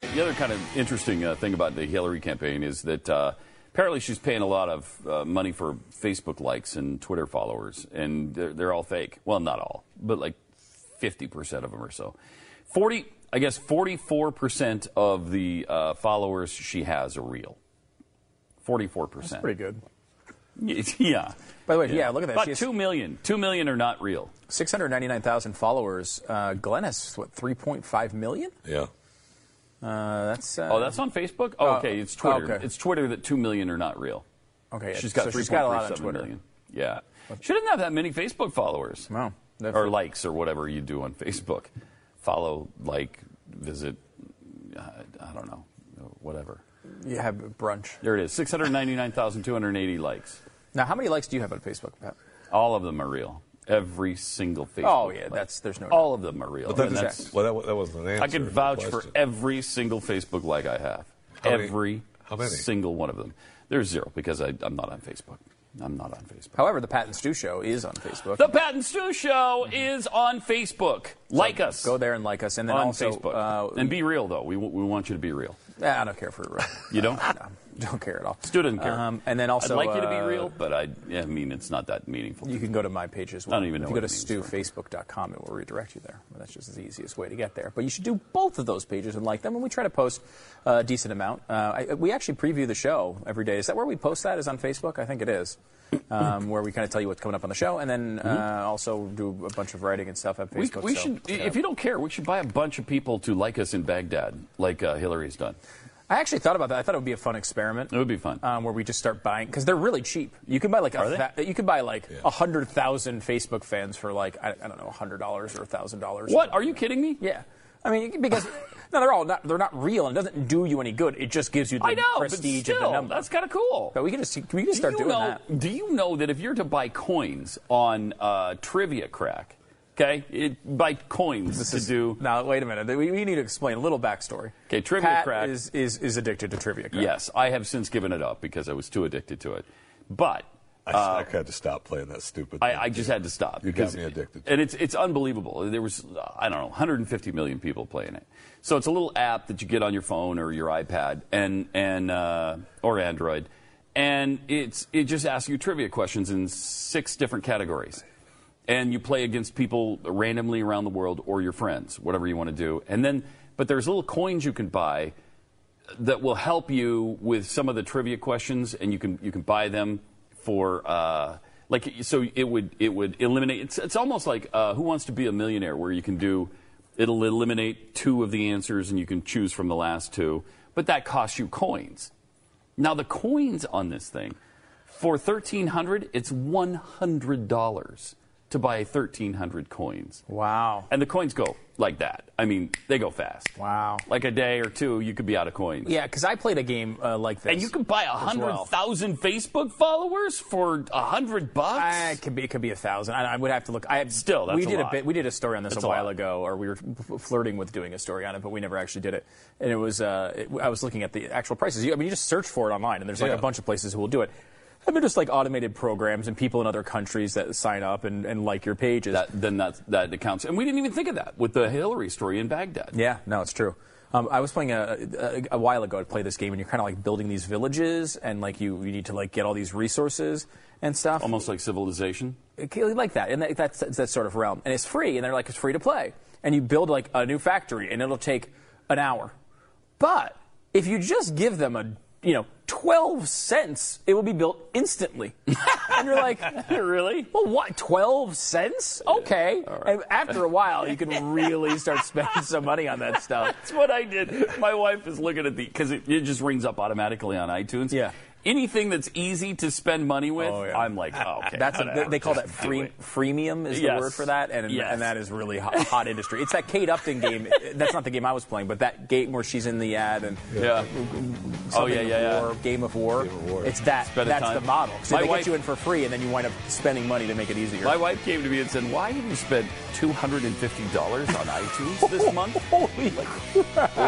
the other kind of interesting uh, thing about the Hillary campaign is that uh, apparently she's paying a lot of uh, money for Facebook likes and Twitter followers, and they're, they're all fake. Well, not all, but like 50% of them or so. 40, I guess 44% of the uh, followers she has are real. 44%. That's pretty good. Yeah. By the way, yeah, look at that. About She has- 2 million. 2 million are not real. 699,000 followers. Uh, Glenn has, what, 3.5 million? Yeah. Uh, that's. Uh, Oh, that's on Facebook? Oh, Uh, okay. It's Twitter. okay. It's Twitter that 2 million are not real. Okay, She's got so three she's got a lot on Twitter. Yeah. She doesn't have that many Facebook followers. Wow. That's- Or likes or whatever you do on Facebook. Follow, like, visit, uh, I don't know, whatever. You have brunch. There it is 699,280 likes. Now, how many likes do you have on Facebook, Pat? All of them are real. Every single Facebook. Oh, yeah, like. that's- there's no doubt. All of them are real. That- And that's- well, that, wa- that wasn't an answer. I can to the vouch for e- question. every single Facebook like I have. How many- every how many? single one of them. There's zero because I, I'm not on Facebook. I'm not on Facebook. However, the Pat and Stu show is on Facebook. The Pat and Stu Show is on Facebook. Like us Mm-hmm. Go there and like us, and then on also Facebook. uh, and be real, though. We, we want you to be real. I don't care for it. You don't? don't care at all. Stu doesn't care. Um, and then also, I'd like you to be uh, real, but I, yeah, I mean, it's not that meaningful. You can go to my page as well. I don't even know If you what go to it means, stewfacebook.com, it will redirect you there. That's just the easiest way to get there. But you should do both of those pages and like them. And we try to post a decent amount. Uh, I, we actually preview the show every day. Is that where we post that? Is on Facebook? I think it is. Um, where we kind of tell you what's coming up on the show, and then uh, also do a bunch of writing and stuff on Mm-hmm. we, Facebook. we so, should, yeah. if you don't care, we should buy a bunch of people to like us in Baghdad, like uh, Hillary's done. I actually thought about that. I thought it would be a fun experiment. It would be fun. um, where we just start buying because they're really cheap. You can buy like Are a they? fa- you can buy like a Yeah. hundred thousand Facebook fans for like I, I don't know hundred dollars or thousand dollars. what? Are you kidding me? Yeah, I mean because no, they're all not they're not real and it doesn't do you any good. It just gives you the I know, but prestige still, of the number. that's kind of cool. but we can just we can just Do start you doing know, that. Do you know that if you're to buy coins on uh, Trivia Crack, okay, it, buy coins to do. Now wait a minute. We, we need to explain a little backstory. 'Kay, Trivia Pat Crack- is, is is addicted to trivia. Crack. Yes, I have since given it up because I was too addicted to it. But I, I had to stop playing that stupid. uh, I, thing. I just had to stop. You got because- me addicted. And it's it's unbelievable. There was I don't know 150 million people playing it. So it's a little app that you get on your phone or your iPad and and uh, or Android, and it's it just asks you trivia questions in six different categories, and you play against people randomly around the world or your friends, whatever you want to do. And then but there's little coins you can buy that will help you with some of the trivia questions, and you can you can buy them for uh, like so it would it would eliminate. It's it's almost like uh, Who Wants to Be a Millionaire, where you can do it'll eliminate two of the answers, and you can choose from the last two, but that costs you coins. Now the coins on this thing for thirteen hundred, it's one hundred dollars to buy thirteen hundred coins. Wow. And the coins go like that. I mean, they go fast. Wow. Like a day or two, you could be out of coins. Yeah, because I played a game uh, like this. And you can buy a as well. hundred thousand Facebook followers for a hundred Uh, bucks. it could be it could be a thousand. I, I would have to look. I Still, that's we a did lot. bit. We did a story on this That's a a while lot. ago, or we were f- flirting with doing a story on it, but we never actually did it. And it was uh, it, I was looking at the actual prices. You, I mean, you just search for it online, and there's like Yeah. a bunch of places who will do it. I mean, just like automated programs and people in other countries that sign up and, and like your pages. That, then that that accounts. And we didn't even think of that with the Hillary story in Baghdad. Yeah, no, it's true. Um, I was playing a, a, a while ago. I play this game, and you're kind of like building these villages, and like you, you need to like get all these resources and stuff. Almost like civilization. like that, and that, that's that sort of realm. And it's free, and they're like it's free to play. And you build like a new factory, and it'll take an hour. But if you just give them a you know twelve cents, it will be built instantly. and you're like, really? Well, what twelve cents? Okay. And after a while, you can really start spending some money on that stuff. That's what I did. My wife is looking at the because it, it just rings up automatically on iTunes. Yeah. Anything that's easy to spend money with, Oh, yeah. I'm like, oh, okay. That's a, whatever, they, they call that just do free, it. freemium is the Yes. word for that, and Yes. and that is really hot, hot industry. It's that Kate Upton game. That's not the game I was playing, but that game where she's in the ad and Yeah. Oh yeah, something yeah, of yeah. war, Game of War. Game of War. It's that. Spend the that's time. the model. So My they wife- get you in for free, and then you wind up spending money to make it easier. My wife came to me and said, "Why have you spent two hundred and fifty dollars on iTunes this month?" Holy